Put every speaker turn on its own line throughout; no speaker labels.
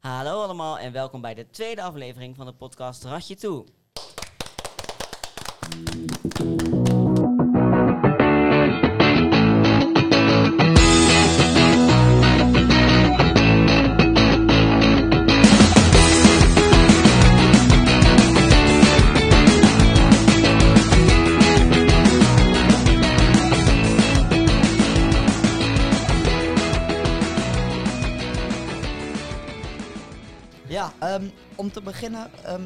Hallo allemaal en welkom bij de tweede aflevering van de podcast Ratje Toe.
Ja, ehm, om te beginnen, ehm,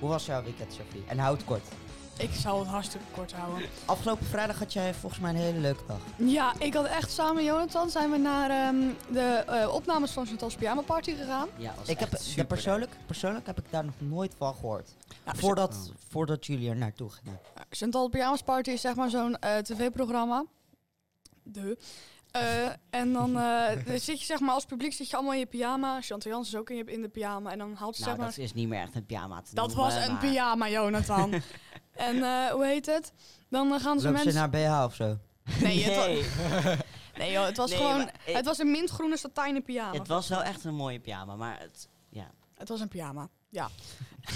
hoe was jouw weekend, Sophie? En houd het kort.
Ik zou het hartstikke kort houden.
Afgelopen vrijdag had jij volgens mij een hele leuke dag.
Ja, ik had echt samen met Jonathan zijn we naar ehm, de eh, opnames van Chantal's Pyjama Party gegaan.
Ja, was
Ik
echt
heb,
super.
persoonlijk, persoonlijk heb ik daar nog nooit van gehoord.
Ja,
Voordat, voordat jullie er naartoe gingen.
Chantal's Pyjama Party is zeg maar zo'n eh, tv-programma. De. Eh, en dan eh, dan zit je zeg maar als publiek zit je allemaal in je pyjama. Chantal Jans is ook in, je- in de pyjama. En dan haalt ze
Nou,
zeg maar...
dat is niet meer echt een pyjama te
Dat
noemen,
was een
maar-
pyjama, Jonathan. en eh, hoe heet het? Dan eh, gaan ze
Lopen ze naar
mensen...
BH of zo?
Nee, het, wa-
Nee,
nee, joh, het was
Nee,
gewoon...
maar ik-
Het was een mintgroene satijnen pyjama.
het was wel echt een mooie pyjama, maar het... Ja,
Het was een pyjama, ja.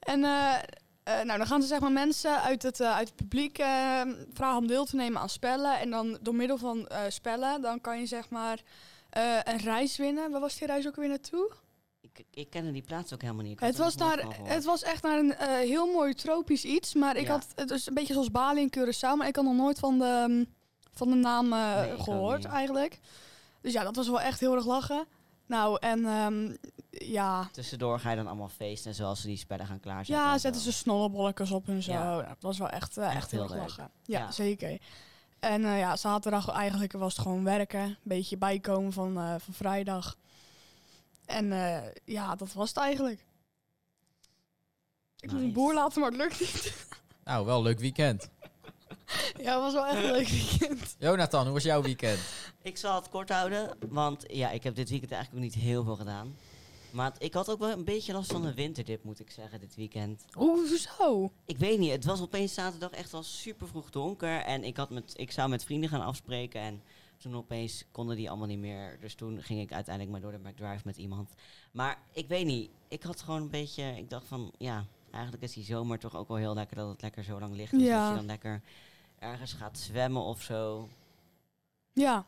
en eh, eh, nou, dan gaan ze zeg maar mensen uit het, eh, uit het publiek eh, vragen om deel te nemen aan spellen. En dan door middel van eh, spellen, dan kan je zeg maar eh, een reis winnen. Waar was die reis ook weer naartoe?
ik, ik kende die plaats ook helemaal niet. Ik had
Het
er
was,
nog nooit
naar,
van gehoord.
het was echt naar een eh, heel mooi tropisch iets. Maar ik
Ja.
had, het is een beetje zoals Bali en Curaçao, maar ik had nog nooit van de, mm, van de naam eh,
Nee, ik ook
gehoord
niet.
eigenlijk. Dus ja, dat was wel echt heel erg lachen. Nou, en ehm, ja,
Tussendoor ga je dan allemaal feesten, zoals ze die spellen gaan klaarzetten.
Ja,
en
zetten
zo.
ze snollebolletjes op en zo.
Ja.
Nou, dat was wel echt, eh, echt, heel erg
heel leuk.
lachen. Ja,
Ja.
zeker. En eh, ja, zaterdag eigenlijk was het gewoon werken. Een beetje bijkomen van, eh, van vrijdag. En eh, ja, dat was het eigenlijk. Ik moet een
Nice.
boer laten, maar het lukt niet.
Nou, wel een leuk weekend.
ja, het was wel echt een leuk weekend.
Jonathan, hoe was jouw weekend?
Ik zal het kort houden, want ja, ik heb dit weekend eigenlijk ook niet heel veel gedaan. Maar het- ik had ook wel een beetje last van de winterdip, moet ik zeggen, dit weekend.
Hoezo?
Ik weet niet, het was opeens zaterdag echt al super vroeg donker. En ik, had met, ik zou met vrienden gaan afspreken. En toen opeens konden die allemaal niet meer. Dus toen ging ik uiteindelijk maar door de McDrive met iemand. Maar ik weet niet, ik had gewoon een beetje. Ik dacht van ja, eigenlijk is die zomer toch ook wel heel lekker dat het lekker zo lang licht is.
Ja.
Dat je dan lekker ergens gaat zwemmen of zo.
Ja,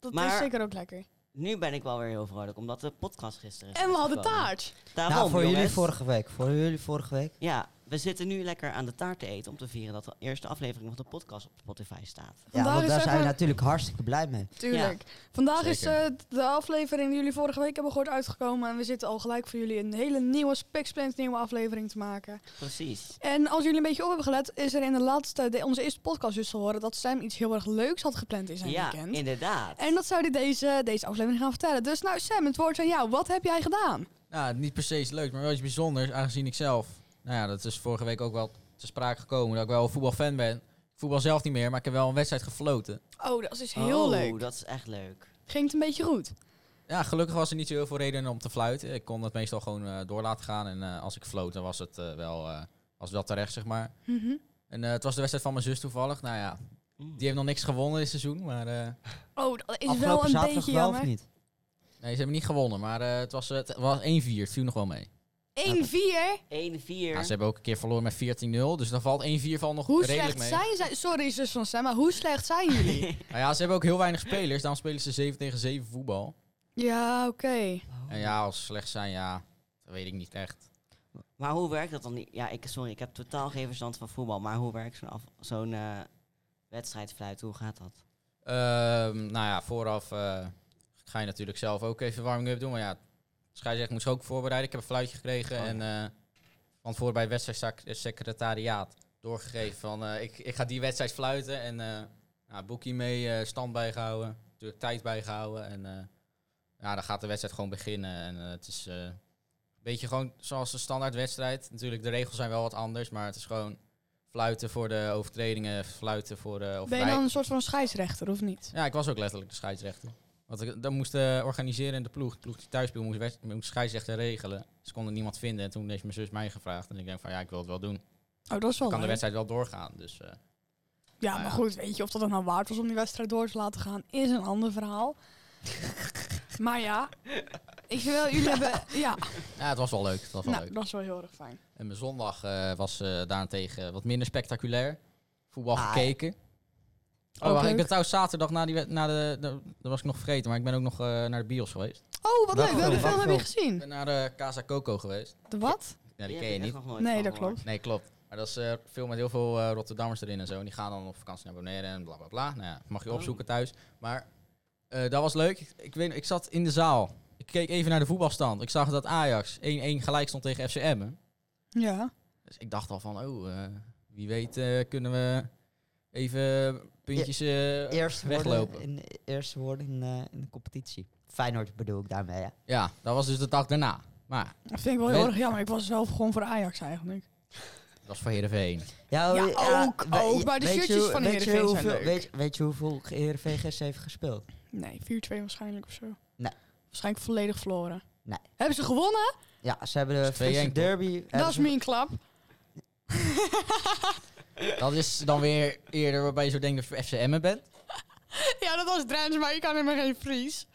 dat is
Maar-
zeker ook lekker.
Nu ben ik wel weer heel vrolijk, omdat de podcast gisteren is
En we hadden
uitgekomen.
taart.
Daarom,
Nou, voor jullie
jongens.
vorige week. Voor jullie vorige week.
Ja, we zitten nu lekker aan de taart te eten om te vieren dat de eerste aflevering van de podcast op Spotify staat.
Ja,
Vandaag
want
is
daar
zeg
zijn we
maar-
natuurlijk hartstikke blij mee.
Tuurlijk. Vandaag is
Zeker.
eh, de aflevering die jullie vorige week hebben gehoord uitgekomen. En we zitten al gelijk voor jullie een hele nieuwe Spexplant nieuwe aflevering te maken.
Precies.
En als jullie een beetje op hebben gelet, is er in de laatste, de, onze eerste podcast dus te horen dat Sam iets heel erg leuks had gepland in zijn
ja,
weekend.
inderdaad.
En dat zou hij deze, deze aflevering gaan vertellen. Dus nou Sam, het woord aan jou. Wat heb jij gedaan?
Nou, niet per se iets leuks, maar wel iets bijzonders. Aangezien ik zelf, nou ja, dat is vorige week ook wel te sprake gekomen. Dat ik wel een voetbalfan ben. Ik Voetbal zelf niet meer, maar ik heb wel een wedstrijd gefloten.
Oh, dat is heel
Oh,
leuk.
dat is echt leuk.
Ging het een beetje goed?
Ja, gelukkig was er niet zo heel veel reden om te fluiten. Ik kon het meestal gewoon eh, door laten gaan. En eh, als ik floot, dan was het, eh, wel, eh, was het wel terecht, zeg maar.
Mhm.
En eh, het was de wedstrijd van mijn zus toevallig. Nou ja,
Mm.
die heeft nog niks gewonnen dit seizoen. Maar eh,
Oh, dat is wel
Afgelopen
een
zaterdag
beetje
wel of
jammer. 1-4.
niet?
nee, ze hebben niet gewonnen. Maar eh, het was, eh, het was 1-4. Het viel nog wel mee. Ja, ze
1-4.
hebben ook een keer verloren met 14-0. Dus dan valt 1-4 valt nog
Hoe
redelijk
slecht
mee.
zijn zij? Sorry zus van Sam, maar hoe slecht zijn jullie?
Nou ja, ze hebben ook heel weinig spelers. Daarom spelen ze 7 tegen 7 voetbal.
ja, oké.
Oh.
En ja, als ze slecht zijn, ja, dat weet ik niet echt.
Maar hoe werkt dat dan? Ja, ik, sorry, ik heb totaal geen verstand van voetbal. Maar hoe werkt zo'n af- zo'n eh, wedstrijdfluit? Hoe gaat dat?
Ehm, nou ja, vooraf eh, ga je natuurlijk zelf ook even warming-up doen. Maar ja, de scheidsrechter moet zich ook voorbereiden. Ik heb een fluitje gekregen.
Oh, ja.
en, eh, want voor bij het wedstrijdsecretariaat doorgegeven van... eh, ik, ik ga die wedstrijd fluiten. En eh nou, boekie mee, eh, stand bijgehouden. Natuurlijk tijd bijgehouden. En eh, ja, dan gaat de wedstrijd gewoon beginnen. En eh, het is... eh, Een beetje gewoon zoals een standaard wedstrijd. Natuurlijk, de regels zijn wel wat anders, maar het is gewoon fluiten voor de overtredingen, fluiten voor eh, de
Ben je
overtredingen.
dan een soort van scheidsrechter of niet?
Ja, ik was ook letterlijk de scheidsrechter. Want ik, dan moest eh, organiseren in de ploeg. De ploeg die thuis speelde, moest, wes- moest scheidsrechter regelen. Ze konden niemand vinden. En toen heeft mijn zus mij gevraagd. En ik denk van, ja, ik wil het wel doen.
Oh, dat is wel
kan de
leuk.
wedstrijd wel doorgaan. Dus eh,
Ja,
Nou
maar
ja.
goed, weet je, of dat het nou waard was om die wedstrijd door te laten gaan, is een ander verhaal. maar ja, Ik wil jullie hebben... Ja,
Ja, het was wel leuk. Het was wel
nou,
leuk.
dat is wel heel erg fijn.
En mijn zondag eh, was eh, daarentegen wat minder spectaculair. Voetbal
Ah.
gekeken. Oh,
Ook
wacht, ik
leuk.
ben trouwens zaterdag na die wed- na de, de- Dat was ik nog vergeten, maar ik ben ook nog eh, naar de bios geweest.
Oh, wat
Welke
leuk. Welke
film?
film heb je
Welke
Ik
gezien?
ben naar de Casa Coco geweest.
De wat?
Ja, die
heb ik
ken je
echt
niet.
nog nooit
Nee,
van
dat
gehoord.
klopt.
Nee, klopt. Maar dat is eh, een film met heel veel eh, Rotterdammers erin en zo. En die gaan dan op vakantie naar Bonaire en bla bla bla. Nou ja, mag je
Oh.
opzoeken thuis. Maar eh, dat was leuk. Ik, ik, weet, ik zat in de zaal. Ik keek even naar de voetbalstand. Ik zag dat Ajax 1-1 gelijk stond tegen FC Emmen.
Ja.
Dus ik dacht al van, oh, eh, wie weet eh, kunnen we even puntjes... eh,
Eerst worden
Weglopen.
in, eerst worden in, eh, in de competitie. Feyenoord bedoel ik daarmee, ja.
ja, dat was dus de dag daarna. Maar
Dat vind ik wel heel erg jammer. Ik was zelf gewoon voor Ajax eigenlijk.
dat was voor Heerenveen.
Ja,
Ja,
oh,
ook,
we-
ook,
je-
maar de
weet je
shirtjes
hoe-
van
weet je
Heerenveen zijn
hoeveel-
leuk.
Weet, weet je hoeveel Heerenveen gisteren heeft gespeeld?
Nee, 4-2 waarschijnlijk of zo.
Nee.
Waarschijnlijk volledig verloren.
Nee.
Hebben ze gewonnen?
Ja, ze hebben de
is 2-1
Friese
toch?
derby... hebben
Dat is
ze-
mijn klap.
Dat is dan weer eerder waarbij je zo denkt dat je FC Emmen bent.
ja, dat was Drens, maar ik kan helemaal geen Fries.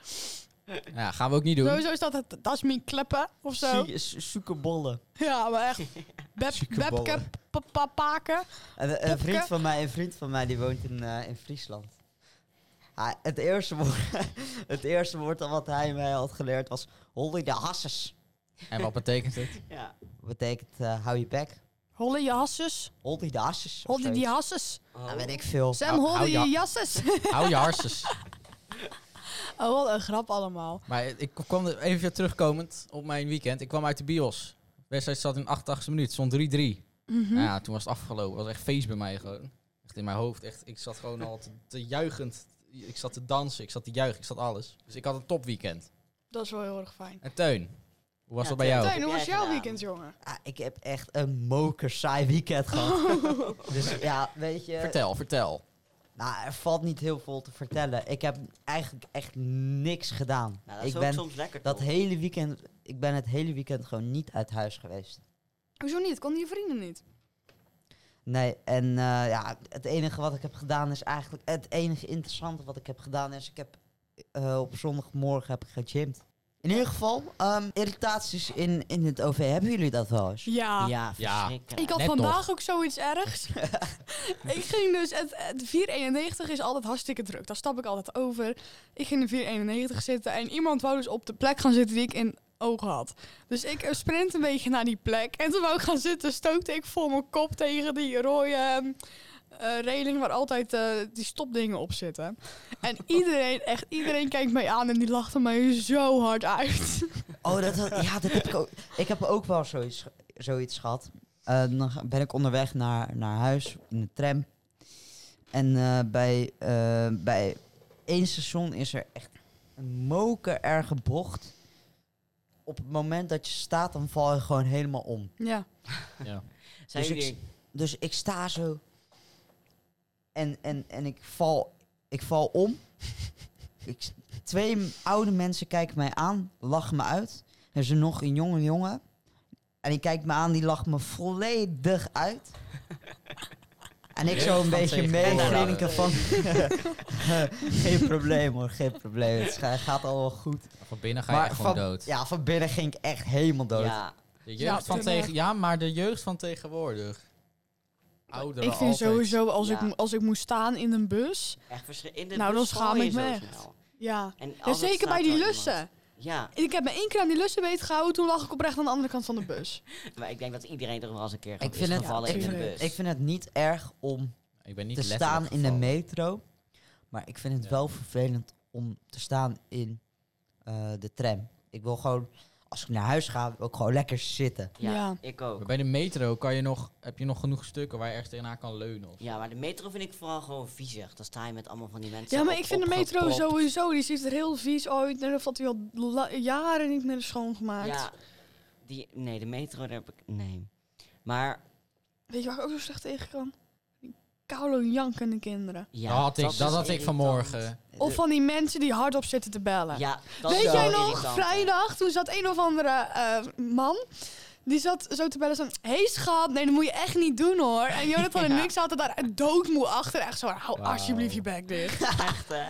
Ja, gaan we ook niet doen.
Sowieso is dat het, dat is mijn kleppen of zo.
Zie- z- Zoeken bollen.
Ja, maar echt. Beb,
Ziekenballen.
Bebke, pa- pa- paken.
Een, een vriend
Popke.
van mij, een vriend van mij die woont in, eh, in Friesland. Hij- het, eerste woord, het eerste woord dat wat hij mij had geleerd was... Holly de hasses.
En wat betekent het?
Ja.
betekent eh, hou je bek.
Hollen je hasses.
Holly de hasses. of
Hollen die
zoiets.
hasses.
Oh.
Ja, weet ik veel.
Sam,
hou-
hollen
hou
je
je-
jasses.
Hou je harses.
Oh, wat een grap allemaal.
Maar ik kwam er even weer terugkomend op mijn weekend. Ik kwam uit de bios. De wedstrijd zat in de 88ste minuut. Stond 3-3.
Hm?
Nou Ja, toen was het afgelopen. Het was echt feest bij mij gewoon. Echt in mijn hoofd. Echt, ik zat gewoon al te, te juichend. Ik zat te dansen. Ik zat te juichen. Ik zat alles. Dus ik had een topweekend.
Dat is wel heel erg fijn.
En Teun, hoe was
Ja,
dat bij
Teun.
jou?
Teun, hoe
jij
was jouw
gedaan?
weekend, jongen?
Ah, ik heb echt een mokersaai weekend gehad. dus ja, weet je...
Vertel, vertel.
Nou, er valt niet heel veel te vertellen. Ik heb eigenlijk echt niks gedaan.
Nou, dat is
ik
ook
ben
soms lekker
dat
toch?
hele weekend, ik ben het hele weekend gewoon niet uit huis geweest.
Hoezo niet? Konden je vrienden niet?
Nee, en eh, ja, het enige wat ik heb gedaan is eigenlijk het enige interessante wat ik heb gedaan is ik heb eh, op zondagmorgen heb ik gegymd. In ieder geval, ehm, irritaties in, in het OV, hebben jullie dat wel eens?
Ja.
Ja,
Ja.
verschrikkelijk.
Ik had
Net
vandaag ook zoiets ergs. ik ging dus... Het, het 491 is altijd hartstikke druk. Daar stap ik altijd over. Ik ging in de 491 zitten. En iemand wou dus op de plek gaan zitten die ik in ogen had. Dus ik eh, sprint een beetje naar die plek. En toen wou ik gaan zitten, stootte ik vol mijn kop tegen die rode... ehm, eh, reling waar altijd eh, die stopdingen op zitten. En iedereen, echt iedereen kijkt mij aan en die lachte mij zo hard uit.
Oh, dat, dat- ja, dat heb ik ook. Ik heb ook wel zoiets, ge- zoiets gehad. Eh, dan ga- ben ik onderweg naar, naar huis in de tram. En eh, bij, eh, bij één station is er echt een moker erge bocht. Op het moment dat je staat, dan val je gewoon helemaal om.
ja.
Ja.
Zijn
Dus ik-
jullie...
Dus ik sta zo. En, en, en ik, val, ik val om. ik, s- twee m- oude mensen kijken mij aan, lachen me uit. Er is er nog een jonge jongen. En die kijkt me aan, die lacht me volledig uit. En ik zo een
Van
beetje
tegen
meegrinken
tegenwoordig.
van... geen probleem hoor, geen probleem. Het scha- gaat allemaal goed.
Van binnen ga je echt gewoon
van,
dood.
Ja, van binnen ging ik echt helemaal dood.
Ja.
De jeugd
Ja,
van
terecht.
tegen, ja, maar de jeugd van tegenwoordig. Ouderen
Ik vind
altijd.
sowieso, als,
Ja.
ik, mo- als ik moest staan in een bus...
Echt verschrikkelijk. In de
Nou, dan
bus val
schaam
je
ik me
zo
echt.
snel.
Ja.
En
ja
altijd
zeker
staat
bij die
er wel
lussen.
iemand. Ja,
Ik heb me één keer aan die lussen beet gehouden, toen lag ik oprecht aan de andere kant van de bus.
maar ik denk dat iedereen er wel eens een keer
Ik
ik
vind
is
het-
gevallen
ik
in een
vind-
bus.
Ik vind het niet erg om
Ik ben niet
te
letterlijk
staan in de
gevallen.
metro. Maar ik vind het
Ja.
wel vervelend om te staan in eh, de tram. Ik wil gewoon, als ik naar huis ga, wil ik gewoon lekker zitten.
ja,
Ja.
ik ook.
Maar bij de metro kan je nog, heb je nog genoeg stukken waar je ergens tegenaan kan leunen. Of
Ja, maar de metro vind ik vooral gewoon viezig. Dan sta je met allemaal van die mensen
Ja, maar
op-
ik vind de metro
opgepropt.
sowieso, die ziet er heel vies uit. Net of dat hij al la- jaren niet meer is schoongemaakt.
Ja, die, nee, de metro, daar heb ik... Nee. Maar
Weet je waar ik ook zo slecht tegen kan? Die koude jankende kinderen.
ja,
dat had ik,
is
dat had ik
irritant.
vanmorgen.
Of van die mensen die hardop zitten te bellen.
Ja, dat is
Weet
wel
jij nog,
irritant.
vrijdag, toen zat een of andere eh, man... Die zat zo te bellen zo... Hé hey, schat, nee, dat moet je echt niet doen hoor. En Jonathan en
Ja.
ik zaten daar doodmoe achter. Echt zo, hou
Wauw.
alsjeblieft je bek dicht.
Echt, eh,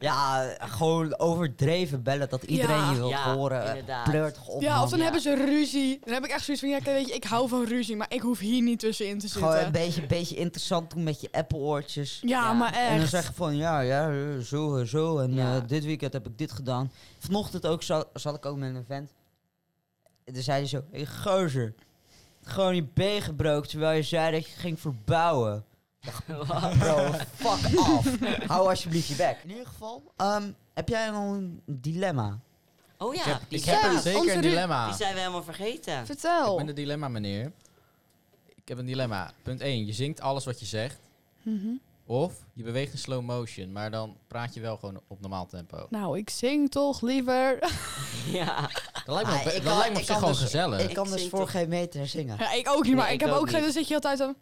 Ja, eh, gewoon overdreven bellen dat iedereen
Ja.
je wil
Ja,
eh,
horen.
inderdaad.
Pleurt toch op,
ja,
man.
of dan
ja.
hebben ze ruzie. Dan heb ik echt zoiets van... Ja, kijk, weet je, ik hou van ruzie, maar ik hoef hier niet tussenin te
Gewoon een
zitten.
beetje, beetje interessant doen met je Apple-oortjes.
Ja,
Ja.
maar echt.
En dan zeggen van, ja, ja, zo en zo. En
Ja.
eh, dit weekend heb ik dit gedaan. Vanochtend ook zal, zal ik ook met een vent. En toen zei hij zo, hey, gozer. Gewoon je been gebroken terwijl je zei dat je ging verbouwen.
wat?
Bro, fuck off. Hou alsjeblieft je bek. In ieder geval, ehm, heb jij nog een dilemma?
Oh ja,
ik heb,
die,
ik
zijn,
heb
Ja,
een- zeker
onze
een
ru-
dilemma.
die zijn we helemaal vergeten.
Vertel.
Ik ben een dilemma, meneer. Ik heb een dilemma. Punt 1. Je zingt alles wat je zegt.
Mhm.
Of je beweegt in slow motion, maar dan praat je wel gewoon op normaal tempo.
Nou, ik zing toch liever.
ja.
Dat lijkt me,
Ah,
op-
ik kan-
dat lijkt me op
ik
zich
kan
gewoon
dus-
gezellig.
Ik kan
Ik
dus
zing
voor
toch-
geen meter zingen.
Ja, ik ook niet, maar
Nee,
ik,
ik
heb
ook
ook geen...
niet.
Dan zit je altijd zo...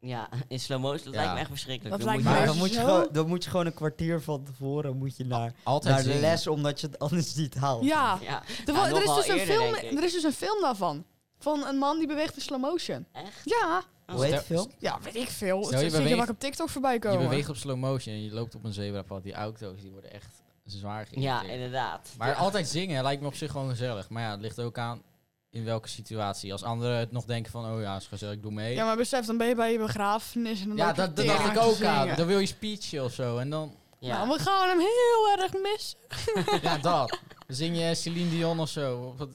ja, in slow motion, dat
Ja.
lijkt me echt verschrikkelijk.
Dat
Dan
lijkt
moet
me
je-
Maar
Maar
dan moet, je
zo?
gewoon, dan moet je gewoon een kwartier van tevoren moet je naar,
Altijd
naar de
zingen.
les, omdat je het anders niet haalt.
Ja.
Ja,
Er,
Ja,
wa-
nog
er, is
wel
dus een
eerder,
film,
denk ik.
er is dus een film daarvan. Van een man die beweegt in slow motion.
echt.
Ja,
Hoe heet
Stel-
de film?
ja weet ik veel.
Stel,
Zo
je
zie je
beweegt-
vaak op TikTok voorbij
Je
komen.
beweegt op slow motion en je loopt op een zebrapad. Die auto's die worden echt zwaar
Ja,
geïrriteerd.
inderdaad.
maar
Ja.
altijd zingen lijkt me op zich gewoon gezellig. Maar ja, het ligt ook aan in welke situatie. Als anderen het nog denken van, oh ja, is gezellig, ik doe mee.
Ja, maar besef, dan ben je bij je begrafenis en dan
Ja,
loop je
dat, dat
tering
dacht ik
te
ook
zingen.
aan. Dan wil je speechen of zo. En dan,
Ja.
Nou, we gaan hem heel erg missen.
ja, dat. Dan zing je Celine Dion of zo. Op het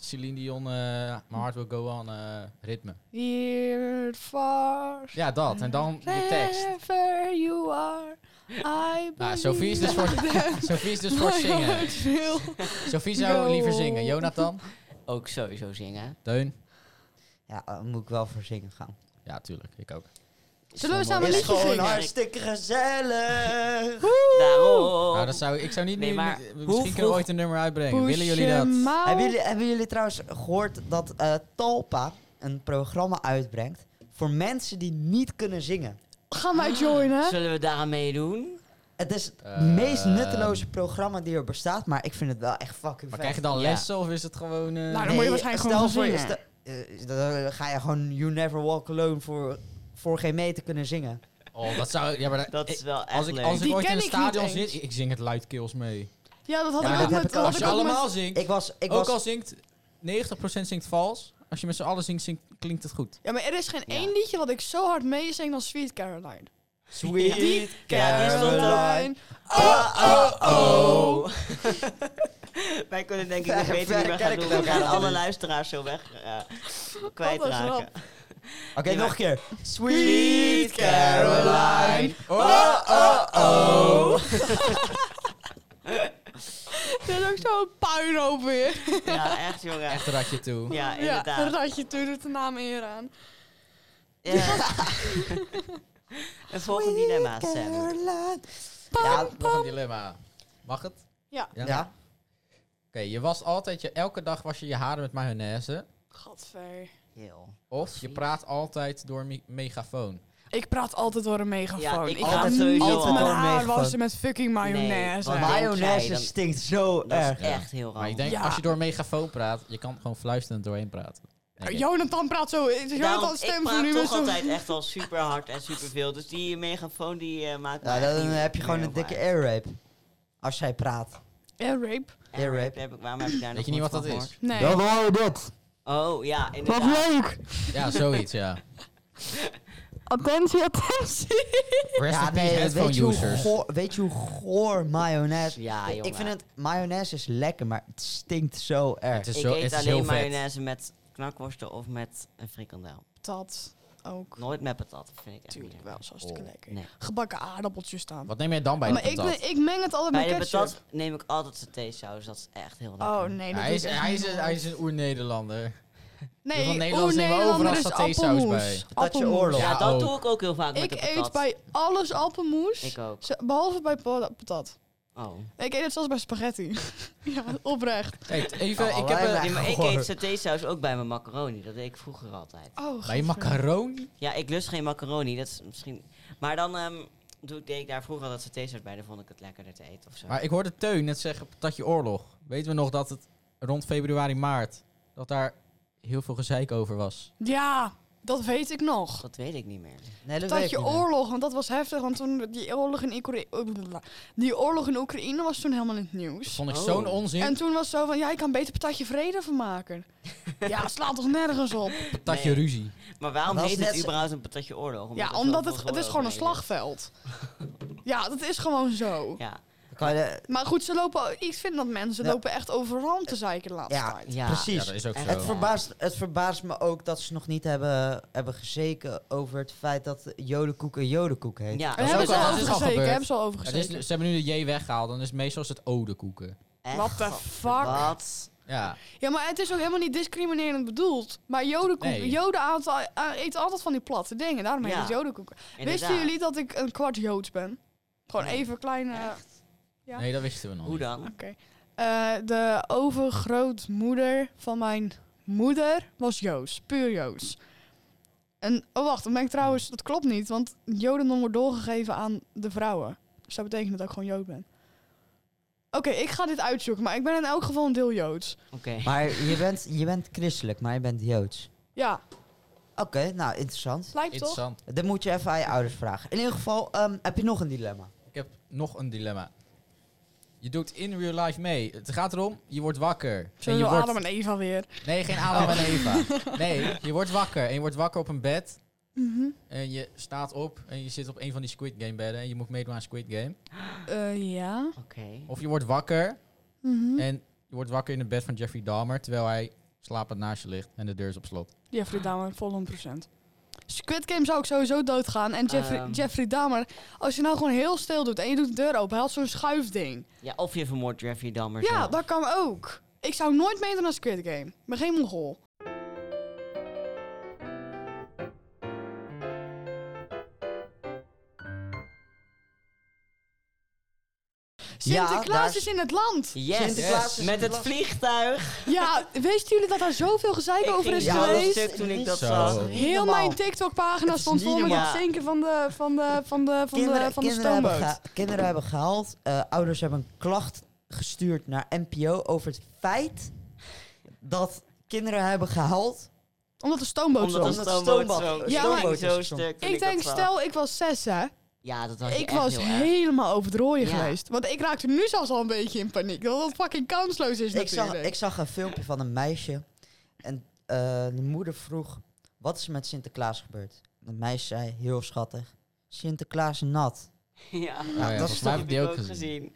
Celine Dion, eh My Heart Will Go On eh, ritme.
Here far,
Ja, dat. En dan je tekst.
wherever you are, I
Nou, Sophie is dus voor, Sophie is dus voor
voor
zingen. Sophie zou
Go.
liever zingen. Jonathan?
Ook sowieso zingen.
Deun?
Ja, daar moet ik wel voor zingen gaan.
Ja, tuurlijk. Ik ook.
Zullen we
Slow
samen
motion.
liedje zingen?
gezellig.
Daarom.
Nou, dat zou, ik zou niet
Nee,
nu...
maar
misschien
hoe
kunnen
vroeg-
we ooit een nummer uitbrengen. Willen jullie dat?
Hebben jullie, hebben jullie trouwens gehoord dat eh, Talpa een programma uitbrengt voor mensen die niet kunnen zingen?
Gaan wij joinen?
Zullen we daaraan meedoen?
Het is het
Ehm.
meest nutteloze programma die er bestaat, maar ik vind het wel echt fucking vet.
Maar krijg je dan
Ja.
lessen of is het gewoon... eh,
Nou, dan moet je waarschijnlijk gewoon
stel
gaan
voor je- stel- eh, dan ga je gewoon You Never Walk Alone voor, voor geen meter kunnen zingen.
Oh, dat zou... Ja, maar dat-
Dat
ik-
is wel echt
als ik,
leuk.
als ik
Die
ooit in
ken
het
ik niet
stadion
eens.
zit, ik zing het luidkeels mee.
Ja, dat had
Ja,
ik
dat
ook
heb
met...
ik ook.
had
Als
ik
je
ook met-
allemaal zingt,
Ik was... Ik
ook
was
al zingt 90% zingt vals, als je met z'n allen zingt, zingt- klinkt het goed.
Ja, maar er is geen
Ja.
één liedje wat ik zo hard meezing dan Sweet Caroline.
Sweet
Die-
Ja, die stond er.
Oh, oh, oh. Wij kunnen denk ik niet
Ver-
weten wie we gaan
ver- kijk
doen.
het
We gaan
ook
alle
niet.
luisteraars zo weg eh, kwijtraken.
grap.
Oké, nog een keer.
Sweet Caroline.
Oh, oh, oh.
Er is ook zo'n puin over je.
Ja, echt jongen.
Echt een ratje toe.
Ja,
Ja,
inderdaad.
ratje toe doet de naam eer aan.
Ja. Een volgend dilemma, Sam.
Caroline.
Ja, nog een dilemma. Mag het?
Ja.
Ja. Oké,
Ja.
je was altijd, je, elke dag was je je haren met mayonaise.
Gadver.
Of je praat altijd door mi- megafoon.
Ik praat altijd door een megafoon.
Ja, ik
ik
altijd
ga
sowieso
niet
al.
mijn
Door een
haar
megafoon.
wassen met fucking mayonaise.
Nee, want- Denk jij
Mayonaise
dan-
stinkt zo
Dat
erg.
is echt heel
Maar ik
raar.
denk,
Ja.
als je door megafoon praat, je kan gewoon fluisterend doorheen praten. Denk ik.
Jonathan praat zo. Jonathan
ik praat
stemvolume
toch
zo.
altijd echt al super hard en super veel. Dus die megafoon die eh, maakt
Nou,
Ja,
me echt
dan
niet
heb je
meer
gewoon een
heel
dikke
vaak.
air rape. Als jij praat.
Ja, rape.
Air
air
rape
rape.
heb ik- Waarom heb ik daar
Weet
nog
je niet
nooit
wat
van
dat is?
gehoord?
Nee.
wou je dit.
Oh, ja, inderdaad.
leuk.
Ja, zoiets, ja.
Attentie, attentie.
Rest
Ja, nee,
in peace
weet je,
headphone
hoe
users.
goor, weet je hoe goor mayonaise...
Ja,
Ik- Ik
jongen.
vind het... Mayonaise is lekker, maar het stinkt zo erg.
Het is
Ik
zo,
eet
het is heel
alleen
vet.
mayonaise met knakworsten of met een frikandel.
Dat ook.
Nooit met patat, dat vind ik echt
Natuurlijk
niet
wel, zo hartstikke lekker.
Oh, Nee.
Gebakken aardappeltjes staan.
Wat neem jij dan bij
maar
de
ik,
patat?
ben- ik meng het altijd
Bij de
met ketchup.
patat neem ik altijd zijn theesaus, dat is echt heel lekker.
Oh nee, dat
hij, is,
doe ik echt
hij, is,
nooit.
een- hij is een oer-Nederlander.
Nee,
Van
van Nederlanders
Nederlanders nemen we overal
is
satésaus
appelmoes.
bij. Dat je oorlog.
Ja,
Ja,
dat
ook.
doe ik ook heel vaak met
Ik
de
eet
patat.
bij alles appelmoes.
Ik ook.
ze- Behalve bij pa- patat.
Oh.
Ik eet het zelfs bij spaghetti. ja, oprecht.
Hey, even,
Oh,
ik heb
wij-
een...
wij-
Nee, maar ik
Goor.
eet satésaus ook bij mijn macaroni. Dat deed ik vroeger altijd.
Oh,
Bij macaroni?
Ja, ik lust geen macaroni. Dat is misschien... Maar dan ehm, doe ik, deed ik daar vroeger altijd satésaus bij. Dan vond ik het lekkerder te eten of zo.
Maar ik hoorde Teun net zeggen, patatje oorlog. Weten we nog dat het rond februari, maart, dat daar heel veel gezeik over was.
Ja, dat weet ik nog.
Dat weet ik niet meer.
Nee, dat weet
Dat
ik
je
niet meer.
oorlog, want dat was heftig, want toen die oorlog in, Oekra- blablabla. die oorlog in Oekraïne was toen helemaal in het nieuws.
Vond ik
Oh.
zo'n onzin.
En toen was het zo van, ja, ik kan beter patatje vrede van maken. ja, slaat toch nergens op.
patatje
Nee.
ruzie.
Maar waarom
Dat was
heet
net
het
zo-
überhaupt een patatje oorlog?
ja,
er
omdat
zoveel
het, het is gewoon een
oorlog mee
slagveld. ja, dat is gewoon zo.
is. Ja,
Dan kan je-
Maar goed, ze lopen, ik vind dat mensen
Ja.
lopen echt overal te zeiken de laatste
Ja,
tijd.
ja.
Ja,
precies.
dat is ook
Echt
zo.
Het verbaast, het verbaast me ook dat ze nog niet hebben, hebben gezeken over het feit dat jodenkoek een jodenkoek heet.
Ja,
En
is
hebben
ook
ze
al-
al
dat is al
overgezeken,
gebeurd.
hebben ze al
Het is, dus-
overgezeken.
ze hebben nu de J weggehaald, dan is meestal is het odekoeken.
echt.
What the fuck?
Wat?
Ja,
Ja, maar het is ook helemaal niet discriminerend bedoeld. Maar jodenkoek,
Nee.
joden aantal, eh, eten altijd van die platte dingen, daarom heet
Ja.
het jodenkoek. Wisten
Inderdaad.
jullie dat ik een kwart joods ben? Gewoon
Nee.
even klein... eh, Ja.
nee, dat wisten we nog
Hoe
niet.
dan?
eh, de overgrootmoeder van mijn moeder was joods, puur joods. En, oh wacht, dan ben ik trouwens, dat klopt niet, want jodendom wordt doorgegeven aan de vrouwen. Dus dat betekent dat ik gewoon jood ben. Oké, ik ga dit uitzoeken, maar ik ben in elk geval een deel joods.
Oké.
Maar je bent, je bent christelijk, maar je bent joods.
Ja,
Oké, nou interessant.
lijkt toch?
Interessant.
Dat moet je even aan je ouders vragen. In ieder geval, ehm, heb je nog een dilemma?
Ik heb nog een dilemma. Je doet in real life mee. Het gaat erom, je wordt wakker.
Zo
je wordt...
Adam en Eva weer.
Nee, geen Adam
Oh.
en Eva. Nee, je wordt wakker. En je wordt wakker op een bed.
Mhm.
En je staat op en je zit op een van die Squid Game bedden. En je moet meedoen aan Squid Game.
Eh, ja.
Oké.
Of je wordt wakker
Mhm.
en je wordt wakker in het bed van Jeffrey Dahmer. Terwijl hij slapend naast je ligt en de deur is op slot.
Jeffrey Dahmer, vol 100%. Squid Game zou ik sowieso doodgaan. En Jeffrey,
Ehm.
Jeffrey Dahmer, als je nou gewoon heel stil doet en je doet de deur open, hij had zo'n schuifding.
Ja, of je vermoord Jeffrey Dahmer
Ja,
zelf.
dat kan ook. Ik zou nooit meedoen aan Squid Game. Ik ben geen mongool.
daar
Sinterklaas
is-
is in het land.
Yes,
Sinterklaas
is
met het
glas-
vliegtuig.
Ja, wisten jullie dat daar zoveel gezeik
Ik
over
ging
is
Ja,
zo
geweest?
stuk toen ik dat
Zo.
zag.
Heel
Heel mijn TikTok-pagina
Het is
stond
niet
vol met het
normaal.
zinken van de, van de, van de, van de, van de
hebben
stoomboot.
geha- kinderen hebben gehaald. eh, ouders hebben een klacht gestuurd naar NPO over het feit dat kinderen hebben gehaald.
Omdat de stoomboot
Omdat een
stond.
het
stoomboot
stoomboot-
zo,
Ja,
stoomboot
maar-
zo
Ik
stuk. toen
Ik denk,
dat zag.
stel ik was zes hè.
Ja, dat was je
ik
echt
was
heel erg.
helemaal overdrooien
Ja.
geweest. Want ik raakte nu zelfs al een beetje in paniek. Dat het fucking kansloos is
Ik zag,
natuurlijk.
ik zag een filmpje van een meisje en eh, de moeder vroeg, wat is er met Sinterklaas gebeurd? Dat meisje zei, heel schattig, Sinterklaas nat.
Ja,
ja,
dat
volgens
is
mij
toch-
heb ik die ook gezien.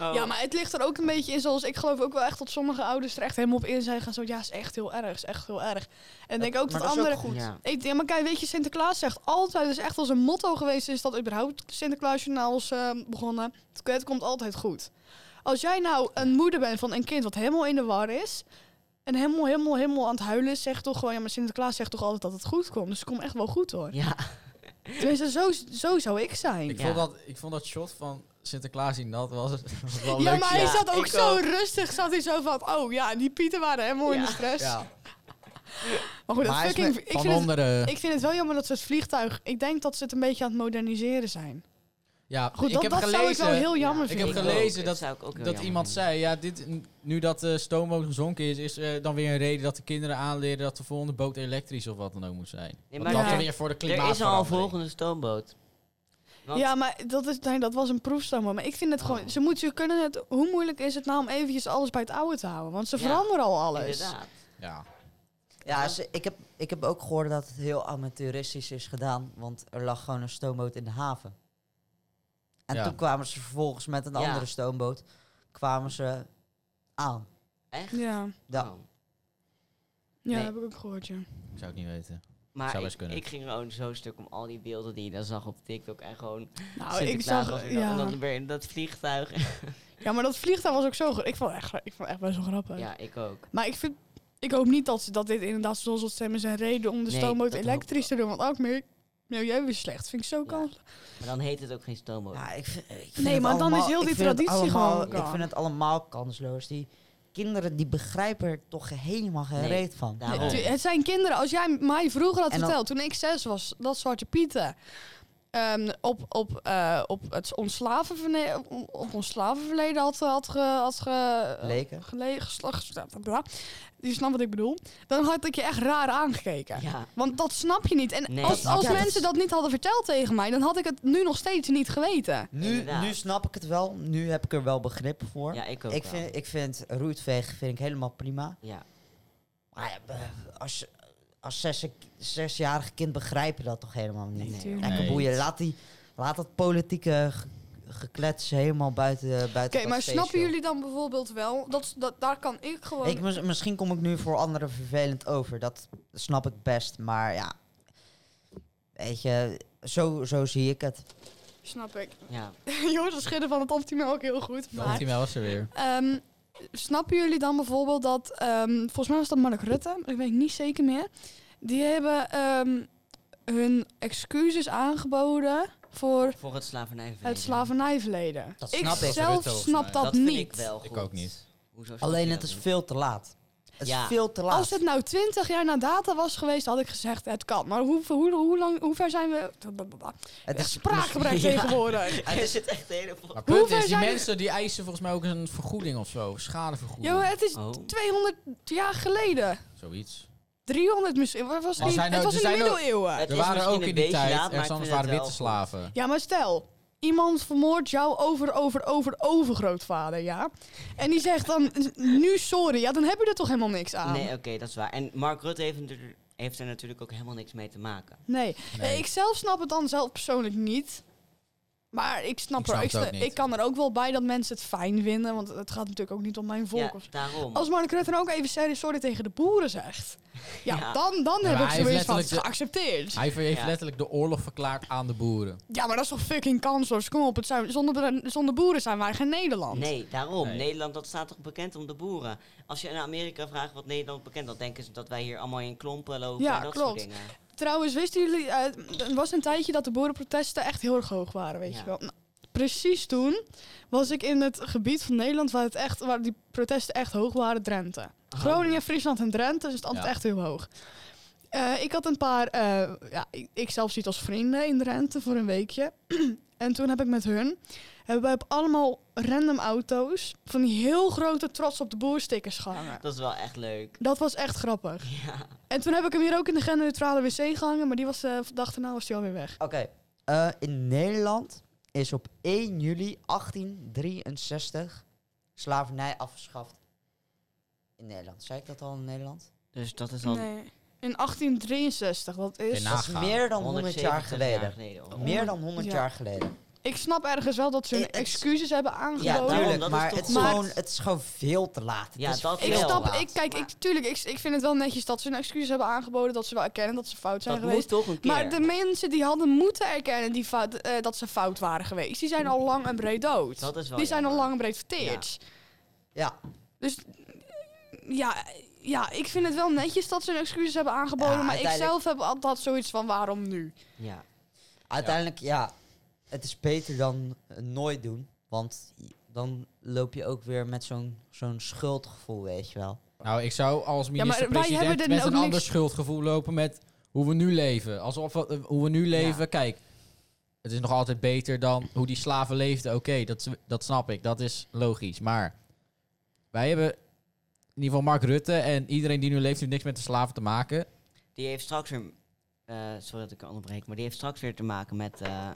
Oh.
Ja, maar het ligt er ook een beetje in zoals... Ik geloof ook wel echt dat sommige ouders er echt helemaal op in zijn gaan. Zo, ja, is echt heel erg, is echt heel erg. En ik denk ook
maar
dat,
dat is ook
anderen...
goed.
Ja.
Ik, ja, maar kijk, weet je, Sinterklaas zegt altijd, het is echt als een motto geweest, is dat überhaupt Sinterklaasjournaal is eh, begonnen. Het- Het komt altijd goed. Als jij nou een moeder bent van een kind wat helemaal in de war is, en helemaal, helemaal, helemaal aan het huilen is, zeg toch gewoon, ja, maar Sinterklaas zegt toch altijd dat het goed komt. Dus het komt echt wel goed hoor.
Ja,
Tenminste, zo, zo zou ik zijn.
Ik,
Ja.
vond dat, ik vond dat shot van Sinterklaas in dat was, was wel
ja,
leuk.
maar hij
ja,
zat ook
ik
zo
ook.
rustig, zat hij zo van, oh ja, die pieten waren helemaal in
Ja.
de stress.
Ja,
Maar goed, dat
Maar hij is
fucking,
met-
ik
van
vind, het,
onderen.
ik vind het wel jammer dat ze het vliegtuig, ik denk dat ze het een beetje aan het moderniseren zijn.
ja,
Goed,
ik
dat,
heb
dat
gelezen
zou ik wel heel jammer
ik
vinden.
heb gelezen
ook.
dat-
zou ik ook heel
dat
jammer
iemand
vinden.
zei, ja, dit, n- nu dat de stoomboot gezonken is, is er dan weer een reden dat de kinderen aanleren dat de volgende boot elektrisch of wat dan ook moet zijn.
Nee,
Want
maar
dat
ja.
is weer voor de
Er is al een
klimaatverandering.
volgende stoomboot. Want-
Ja, maar dat, is, nee, dat was een proefstammer. Maar ik vind het gewoon... Ze moet, ze kunnen het, hoe moeilijk is het nou om eventjes alles bij het oude te houden? Want ze
Ja,
veranderen al alles.
Inderdaad.
Ja.
Ja, ze- ik, heb, ik heb ook gehoord dat het heel amateuristisch is gedaan, want er lag gewoon een stoomboot in de haven. En
Ja.
toen kwamen ze vervolgens met een
Ja.
andere stoomboot, kwamen ze aan.
Echt?
Ja,
Ja.
Oh.
ja
Nee.
heb ik ook gehoord, ja.
Ik zou het niet weten.
Maar
Zou
ik,
best kunnen.
ik ging gewoon zo stuk om al die beelden die je dan zag op TikTok. En gewoon
Nou, ik
Sinterklaas was
zag...
er dan, en
Ja.
dan weer in dat vliegtuig.
ja, maar dat vliegtuig was ook zo... gra- Ik vond echt, ik vond echt best wel grappig.
ja, ik ook.
Maar ik vind... Ik hoop niet dat, ze- dat dit inderdaad zoals het stemmen zijn reden om de
Nee,
stoomboot
dat hoop
elektrisch
ik
te doen. Want ook meer... Nou, jij weer slecht. Vind ik zo kans.
Maar dan heet het ook geen stoomboot.
Ja, ik vind, ik vind
Nee,
het
maar dan is
allemaal-
heel
ik
die
vind het
traditie gewoon
allemaal-
klaar.
Ik vind het allemaal kansloos. Die kinderen die begrijpen er toch helemaal geen
Nee.
reet van.
Daarom.
Nee, tu- het zijn kinderen. Als jij mij vroeger had
En dan-
verteld, toen ik zes was, dat Zwarte Pieten. ehm, op, op, eh, op, het, ons slavenverne- op- op ons slavenverleden had, had, ge, had ge,
Leken.
gele- geslacht. Die snapt wat ik bedoel. Dan had ik je echt raar aangekeken.
Ja.
Want dat snap je niet. En
Nee,
als,
dat
als
snap ik.
mensen dat niet hadden verteld tegen mij, dan had ik het nu nog steeds niet geweten.
Nu,
Inderdaad.
nu snap ik het wel. Nu heb ik er wel begrip voor.
Ja, ik ook
ik,
wel.
vind, ik vind roetveeg vind ik helemaal prima.
Ja,
Maar ja, eh, als, als zes, zesjarig kind begrijpen dat toch helemaal niet.
Nee.
Tuurlijk.
Lekker
Nee.
boeien. Laat, die, laat dat politieke ge- geklets helemaal buiten, buiten
Oké,
dat
maar
feest,
snappen
joh.
jullie dan bijvoorbeeld wel? Dat, dat, daar kan ik gewoon.
Ik, mis- misschien kom ik nu voor anderen vervelend over. Dat snap ik best. Maar ja, weet je, zo, zo zie ik het.
Snap ik.
ja.
Jongens, dat schudden van het optimaal ook heel goed.
Komt
Maar,
hij wel eens er weer.
ehm, snappen jullie dan bijvoorbeeld dat... ehm, volgens mij was dat Mark Rutte, maar ik weet niet zeker meer. Die hebben ehm, hun excuses aangeboden voor
Voor het slavernijverleden.
het slavernijverleden.
Dat
ik
snap ik.
zelf
Rutte, volgens
snap
mij.
dat,
Eh, dat
niet.
vind ik wel
Ik
goed.
ook niet.
Hoezo snap
Alleen
je
het
dat
is
niet?
veel te laat. Het
Ja.
is veel te laat.
Als het nou 20 jaar na data was geweest, had ik gezegd het kan. Maar hoe, hoe, hoe, lang, hoe ver zijn we...
het is
Spraakgebrek
Ja.
tegenwoordig.
Het is het echt helemaal...
Maar punt
Hoeveel
is, die
zijn er-
mensen die eisen volgens mij ook een vergoeding of zo. Schadevergoeding.
Jo, het is
Oh.
200 jaar geleden.
Zoiets.
300 misschien. Wat was
Er
die?
zijn
het
ook-
was
er
in de
zijn nou- ook-
middeleeuwen.
Het
er
is
waren
misschien
ook
een
in die
beetje
tijd,
laat, maar
ergens
ik
anders
vind
waren
het
witte
wel goed.
slaven.
Ja, maar stel, iemand vermoordt jouw over, over, over, overgrootvader, ja? En die zegt dan, nu sorry, ja, dan heb je er toch helemaal niks aan?
Nee, oké, dat is waar. En Mark Rutte heeft er, heeft er natuurlijk ook helemaal niks mee te maken.
Nee.
Nee.
Eh, Ik zelf snap het dan zelf persoonlijk niet. Maar ik snap,
Ik snap
er, ik,
het ook
sta-
niet.
ik kan er ook wel bij dat mensen het fijn vinden, want het gaat natuurlijk ook niet om mijn volk.
ja,
of zo.
daarom.
Als Mark Rutte dan ook even serieus sorry tegen de boeren zegt, ja,
Ja.
dan, dan
Ja, maar
heb ik
hij heeft
zoiets van
letterlijk de-
geaccepteerd.
Hij heeft
Ja.
letterlijk de oorlog verklaard aan de boeren.
Ja, maar dat is toch fucking kansloos? Kom op, het zijn, zonder, zonder boeren zijn wij geen Nederland.
Nee, daarom.
Nee.
Nederland, dat staat toch bekend om de boeren? Als je in Amerika vraagt wat Nederland bekend, dan denken ze dat wij hier allemaal in klompen lopen
Ja,
en dat
klopt.
soort dingen.
Trouwens, wisten jullie, eh, er was een tijdje dat de boerenprotesten echt heel erg hoog waren, weet
Ja.
je wel. Nou, precies toen was ik in het gebied van Nederland waar, het echt, waar die protesten echt hoog waren, Drenthe.
Oh.
Groningen, Friesland en Drenthe, dus het altijd
Ja.
echt heel hoog. Eh, ik had een paar, eh, ja, ik, ik zelf zit als vrienden in Drenthe voor een weekje. en toen heb ik met hun, hebben wij op allemaal random auto's van die heel grote trots op de boerstickers gehangen.
Oh, Dat is wel echt leuk.
Dat was echt grappig.
Ja.
En toen heb ik hem hier ook in de genderneutrale wc gehangen, maar die was eh, de dag daarna was die alweer weg.
Oké, eh, in Nederland is op 1 juli 1863 slavernij afgeschaft. In Nederland. Zei ik dat al in Nederland?
Dus dat is al
In 1863, dat is...
In
Dat is
Nagaan.
meer dan 100 jaar
170
geleden.
of-
geleden.
Meer dan 100
Ja.
jaar geleden.
Ik snap ergens wel dat ze hun Eh,
Het- het-
excuses hebben
Ja,
daarom,
aangeboden.
tuurlijk.
natuurlijk.
nou, dat is
Maar
toch
het is,
goed.
gewoon, het is gewoon veel te laat. Het
Ja,
is
dat
veel
ik
wel.
te
snap,
laat.
ik, kijk, ik, tuurlijk, ik, ik vind het wel netjes dat ze hun excuses hebben aangeboden, dat ze wel erkennen dat ze fout zijn
Dat
geweest.
moet toch een keer.
Maar de mensen die hadden moeten erkennen die fout, eh, dat ze fout waren geweest, die zijn al lang en breed dood.
Dat is wel
die zijn al
jammer.
lang en breed verteerd.
Ja,
Dus ja, ja, ik vind het wel netjes dat ze hun excuses hebben aangeboden,
Ja,
maar ik
uiteindelijk-
zelf heb altijd zoiets van waarom nu?
Ja.
uiteindelijk, ja. Het is beter dan eh, nooit doen. Want dan loop je ook weer met zo'n zo'n schuldgevoel, weet je wel.
Nou, ik zou als
maar wij
minister-president
hebben er
met
ook
een
niks-
ander schuldgevoel lopen met hoe we nu leven. Alsof we- eh, hoe we nu leven, kijk, het is nog altijd beter dan hoe die slaven leefden. Oké, dat, s- dat snap ik, dat is logisch. Maar wij hebben in ieder geval Mark Rutte en iedereen die nu leeft heeft niks met de slaven te maken.
Die heeft straks weer. eh, sorry dat ik onderbreek, maar die heeft straks weer te maken met. eh,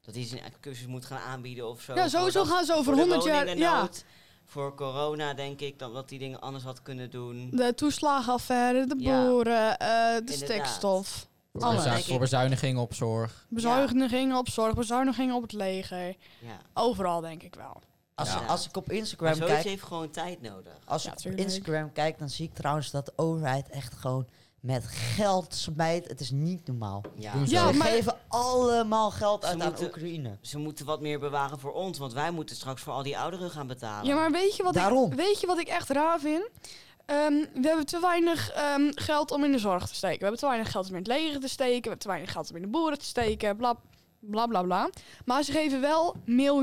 dat hij zijn cursus moet gaan aanbieden of zo.
Ja, sowieso
Voor dat-
gaan ze over
voor de
100 jaar. Ja,
woningenood, Voor corona denk ik dat, dat die dingen anders had kunnen doen.
de toeslagenaffaire, de
Ja.
boeren, eh, de
Inderdaad.
stikstof,
Voor,
Alles.
bezuin-
Denk ik.
voor bezuinigingen op zorg.
bezuinigingen op zorg, bezuinigingen op het leger.
Ja.
Overal denk ik wel.
Als,
Ja.
als ik op
Maar
Instagram
zoiets
kijk...
heeft gewoon tijd nodig.
Als
Ja,
ik op
tuurlijk.
Instagram kijk, dan zie ik trouwens dat de overheid echt gewoon met geld smijt. Het is niet normaal.
Ja.
Doen ze
Ja,
Ze
ook.
maar-
geven allemaal geld
Ze
uit aan
moeten-
Oekraïne.
Ze moeten wat meer bewaren voor ons, want wij moeten straks voor al die ouderen gaan betalen.
Ja, maar weet je wat,
Daarom.
ik, weet je wat ik echt raar vind? Ehm, we hebben te weinig ehm, geld om in de zorg te steken. We hebben te weinig geld om in het leger te steken. We hebben te weinig geld om in de boeren te steken. Bla bla bla. bla. Maar ze geven wel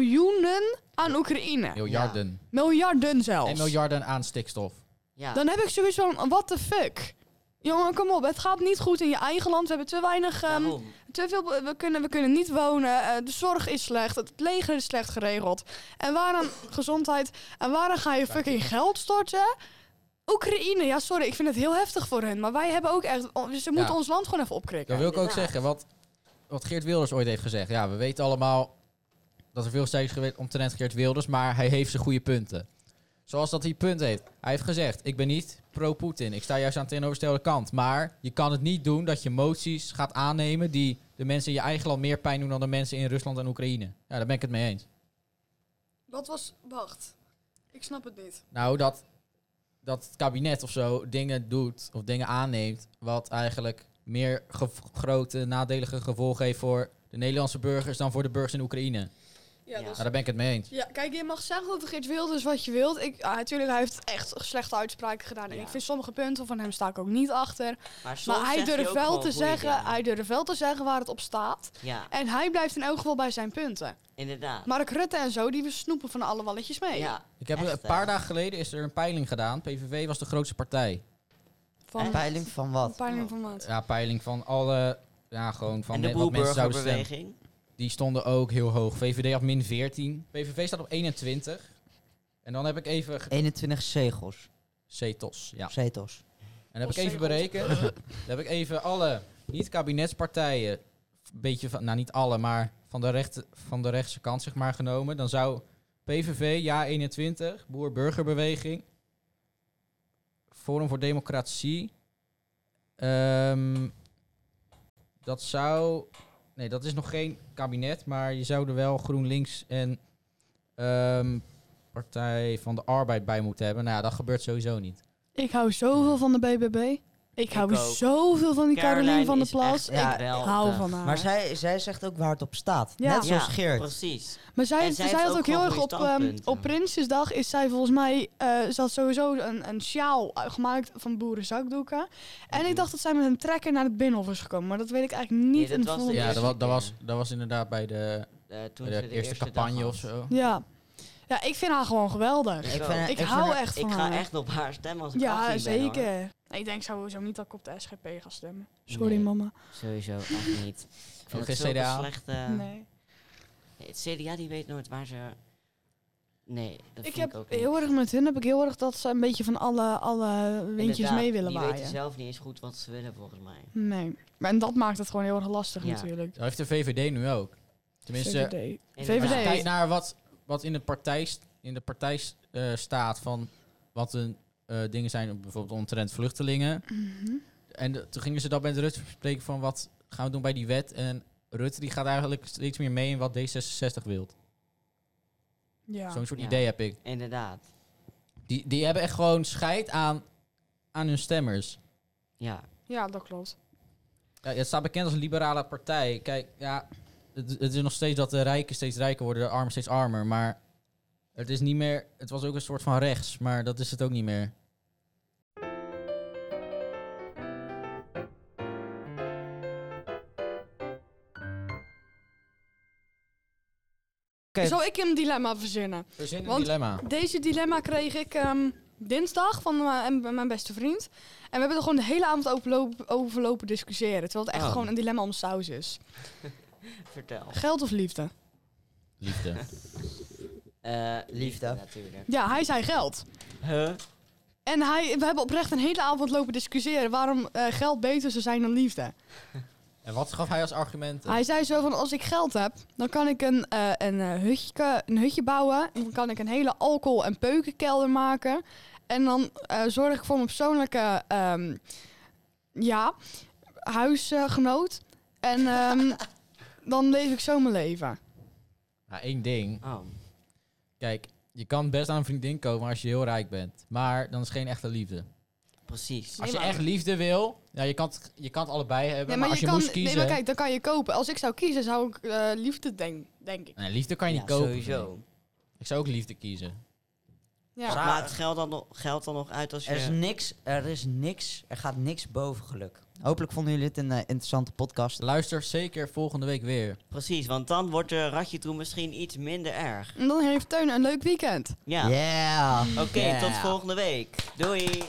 miljoenen aan Oekraïne.
Miljarden.
Miljarden
En
zelfs.
miljarden aan stikstof.
Ja.
Dan heb ik sowieso van, what the fuck? Jongen, kom op. Het gaat niet goed in je eigen land. We hebben te weinig... ehm,
Waarom?
te veel, be- we, kunnen, we kunnen niet wonen. eh, de zorg is slecht. Het leger is slecht geregeld. En waarom gezondheid? En waarom ga je fucking geld storten? Oekraïne, ja sorry, ik vind het heel heftig voor hun. Maar wij hebben ook echt... oh, Ze moeten
Ja.
ons land gewoon even opkrikken.
Dat wil ik ook
inderdaad.
zeggen. Wat, wat Geert Wilders ooit heeft gezegd. Ja, we weten allemaal dat er veel steeds geweest omtrent Geert Wilders. Maar hij heeft zijn goede punten. Zoals dat hij punten heeft. Hij heeft gezegd, ik ben niet pro-Poetin. Ik sta juist aan de tegenovergestelde kant. Maar je kan het niet doen dat je moties gaat aannemen... die de mensen in je eigen land meer pijn doen... dan de mensen in Rusland en Oekraïne. Ja, daar ben ik het mee eens.
Dat was... Wacht. Ik snap het niet.
Nou, dat, dat het kabinet of zo dingen doet of dingen aanneemt... wat eigenlijk meer gev- grote nadelige gevolgen heeft voor de Nederlandse burgers... dan voor de burgers in Oekraïne.
Ja,
Ja. dus-
dat is-
Nou, daar ben ik het mee eens.
ja, kijk, je mag zeggen dat Geert Wilders dus wat je wilt. Ik, ah, natuurlijk, hij heeft echt slechte uitspraken gedaan. En
Ja.
ik vind sommige punten van hem sta ik ook niet achter.
Maar, soms
Maar hij
zegt
durft
ook
wel
gewoon
te
goede
zeggen...
dingen.
Hij durft wel te zeggen waar het op staat.
Ja,
En hij blijft in elk geval bij zijn punten.
inderdaad.
Mark Rutte en zo, die we snoepen van alle walletjes mee.
ja,
Ik heb
Echt,
een paar
hè?
dagen geleden is er een peiling gedaan. PVV was de grootste partij.
Van
Een peiling van wat?
peiling van maat.
Ja, peiling van alle... Ja, gewoon van
en de
me- wat mensen zouden stemmen.
boerburgerbeweging.
Die stonden ook heel hoog. VVD had min 14. PVV staat op 21. En dan heb ik even... ge-
21 zegels.
Cetos, ja.
Zetos.
En dan heb ik
Of
even
zegels.
berekend. dan heb ik even alle niet-kabinetspartijen, een beetje van, nou niet alle, maar van de, recht, van de rechtse kant zeg maar genomen. Dan zou PVV, Ja21, Boer-Burgerbeweging, Forum voor Democratie. ehm, dat zou. Nee, dat is nog geen kabinet, maar je zou er wel GroenLinks en ehm, Partij van de Arbeid bij moeten hebben. Nou, ja, dat gebeurt sowieso niet.
Ik hou zoveel van de BBB. Ik hou
ook.
zoveel van die
Caroline
Caroline van der
is echt
Plas.
Ja,
ik
geweldig.
hou van haar.
Maar zij, zij zegt ook waar het op staat.
Ja.
Net zoals
Ja,
Geert.
Precies.
Maar zij,
En
heeft,
zij
zij
heeft
had
ook
ook heel
gewoon
erg op,
goede
ehm,
standpunten.
op Prinsjesdag is zij volgens mij, eh ze had sowieso een, een sjaal eh, gemaakt van boerenzakdoeken. En
Mhm.
ik dacht dat zij met een trekker naar het binnenhof is gekomen, maar dat weet ik eigenlijk
Nee,
niet.
dat
in de
was de
volgende
Ja,
eerste
dat was, dat,
keer.
was, dat was inderdaad bij de,
Eh, toen
bij de
ze
eerste, campagne of zo.
ja. ja, ik vind haar gewoon geweldig.
Ik,
Ik,
ook.
vind-
Ik
vind
hou
haar-
echt van
ik
haar.
ga echt op haar stemmen als ik
eh? Ja,
18 ben, hoor.
zeker. Nee, ik denk sowieso niet dat ik op de SGP ga stemmen. Sorry,
Nee.
mama.
Sowieso, echt niet. Ik vind
Ook geen
het zulke
CDA?
slechte...
Nee.
Nee, Het CDA die weet nooit waar ze... Nee, dat
Ik
vind
heb
ik ook niet.
heel erg met hun heb ik heel erg dat ze een beetje van alle, alle windjes
Inderdaad,
mee willen
die
waaien.
weten zelf niet eens goed wat ze willen, volgens mij.
Nee. Maar en dat maakt het gewoon heel erg lastig
Ja.
natuurlijk.
Dat heeft de VVD nu ook. Tenminste,
VVD.
als je
VVD.
kijkt naar wat, wat in de partij, st- in de partij s- eh, staat van wat hun eh, dingen zijn, bijvoorbeeld omtrent vluchtelingen.
Mhm.
En de- toen gingen ze dat met Rutte bespreken van wat gaan we doen bij die wet. En Rutte die gaat eigenlijk steeds meer mee in wat D66 wil.
Ja.
Zo'n soort
Ja.
idee heb ik.
Inderdaad,
Die, die hebben echt gewoon scheid aan, aan hun stemmers.
ja.
ja, dat klopt.
Ja, het staat bekend als een liberale partij. Kijk, ja, het, het is nog steeds dat de rijken steeds rijker worden, de armen steeds armer. Maar het is niet meer. Het was ook een soort van rechts, maar dat is het ook niet meer.
Oké.
Zal ik een dilemma verzinnen?
Verzin een
Want-
dilemma.
Deze dilemma kreeg ik ehm, dinsdag van mijn- en- mijn beste vriend. En we hebben er gewoon de hele avond over lopen, over lopen discussiëren. Terwijl het echt
Oh.
gewoon een dilemma om saus is.
Vertel.
Geld of liefde?
Liefde.
Eh,
Liefde.
liefde, natuurlijk.
Ja, hij zei geld.
Huh?
En hij, we hebben oprecht een hele avond lopen discussiëren waarom eh, geld beter zou zijn dan liefde.
en wat gaf hij als argument?
Hij zei zo van, als ik geld heb, dan kan ik een, eh, een, eh, hutje, een hutje bouwen. En dan kan ik een hele alcohol- en peukenkelder maken. En dan eh, zorg ik voor mijn persoonlijke ehm, ja, huisgenoot. En ehm, dan leef ik zo mijn leven.
Nou, één ding.
Oh,
Kijk, je kan best aan een vriendin komen als je heel rijk bent. Maar dan is geen echte liefde.
precies.
Als je
maar-
echt liefde wil, ja, je, kan het, je kan het allebei hebben. maar, als je,
kan,
moest kiezen.
Nee, maar kijk, dan kan je kopen. Als ik zou kiezen, zou ik eh, liefde denk, denk ik.
Nee, liefde kan je
ja,
niet kopen.
sowieso.
Ik zou ook liefde kiezen.
Ja.
Maar Maakt geld dan, nog, geld dan nog uit als je...
Er is niks, er is niks, er gaat niks boven geluk. Hopelijk vonden jullie dit een eh, interessante podcast.
Luister zeker volgende week weer.
Precies, want dan wordt de ratje toe misschien iets minder erg.
En dan heeft Teun een leuk weekend.
Ja.
Yeah.
Oké, tot
Yeah.
volgende week. Doei.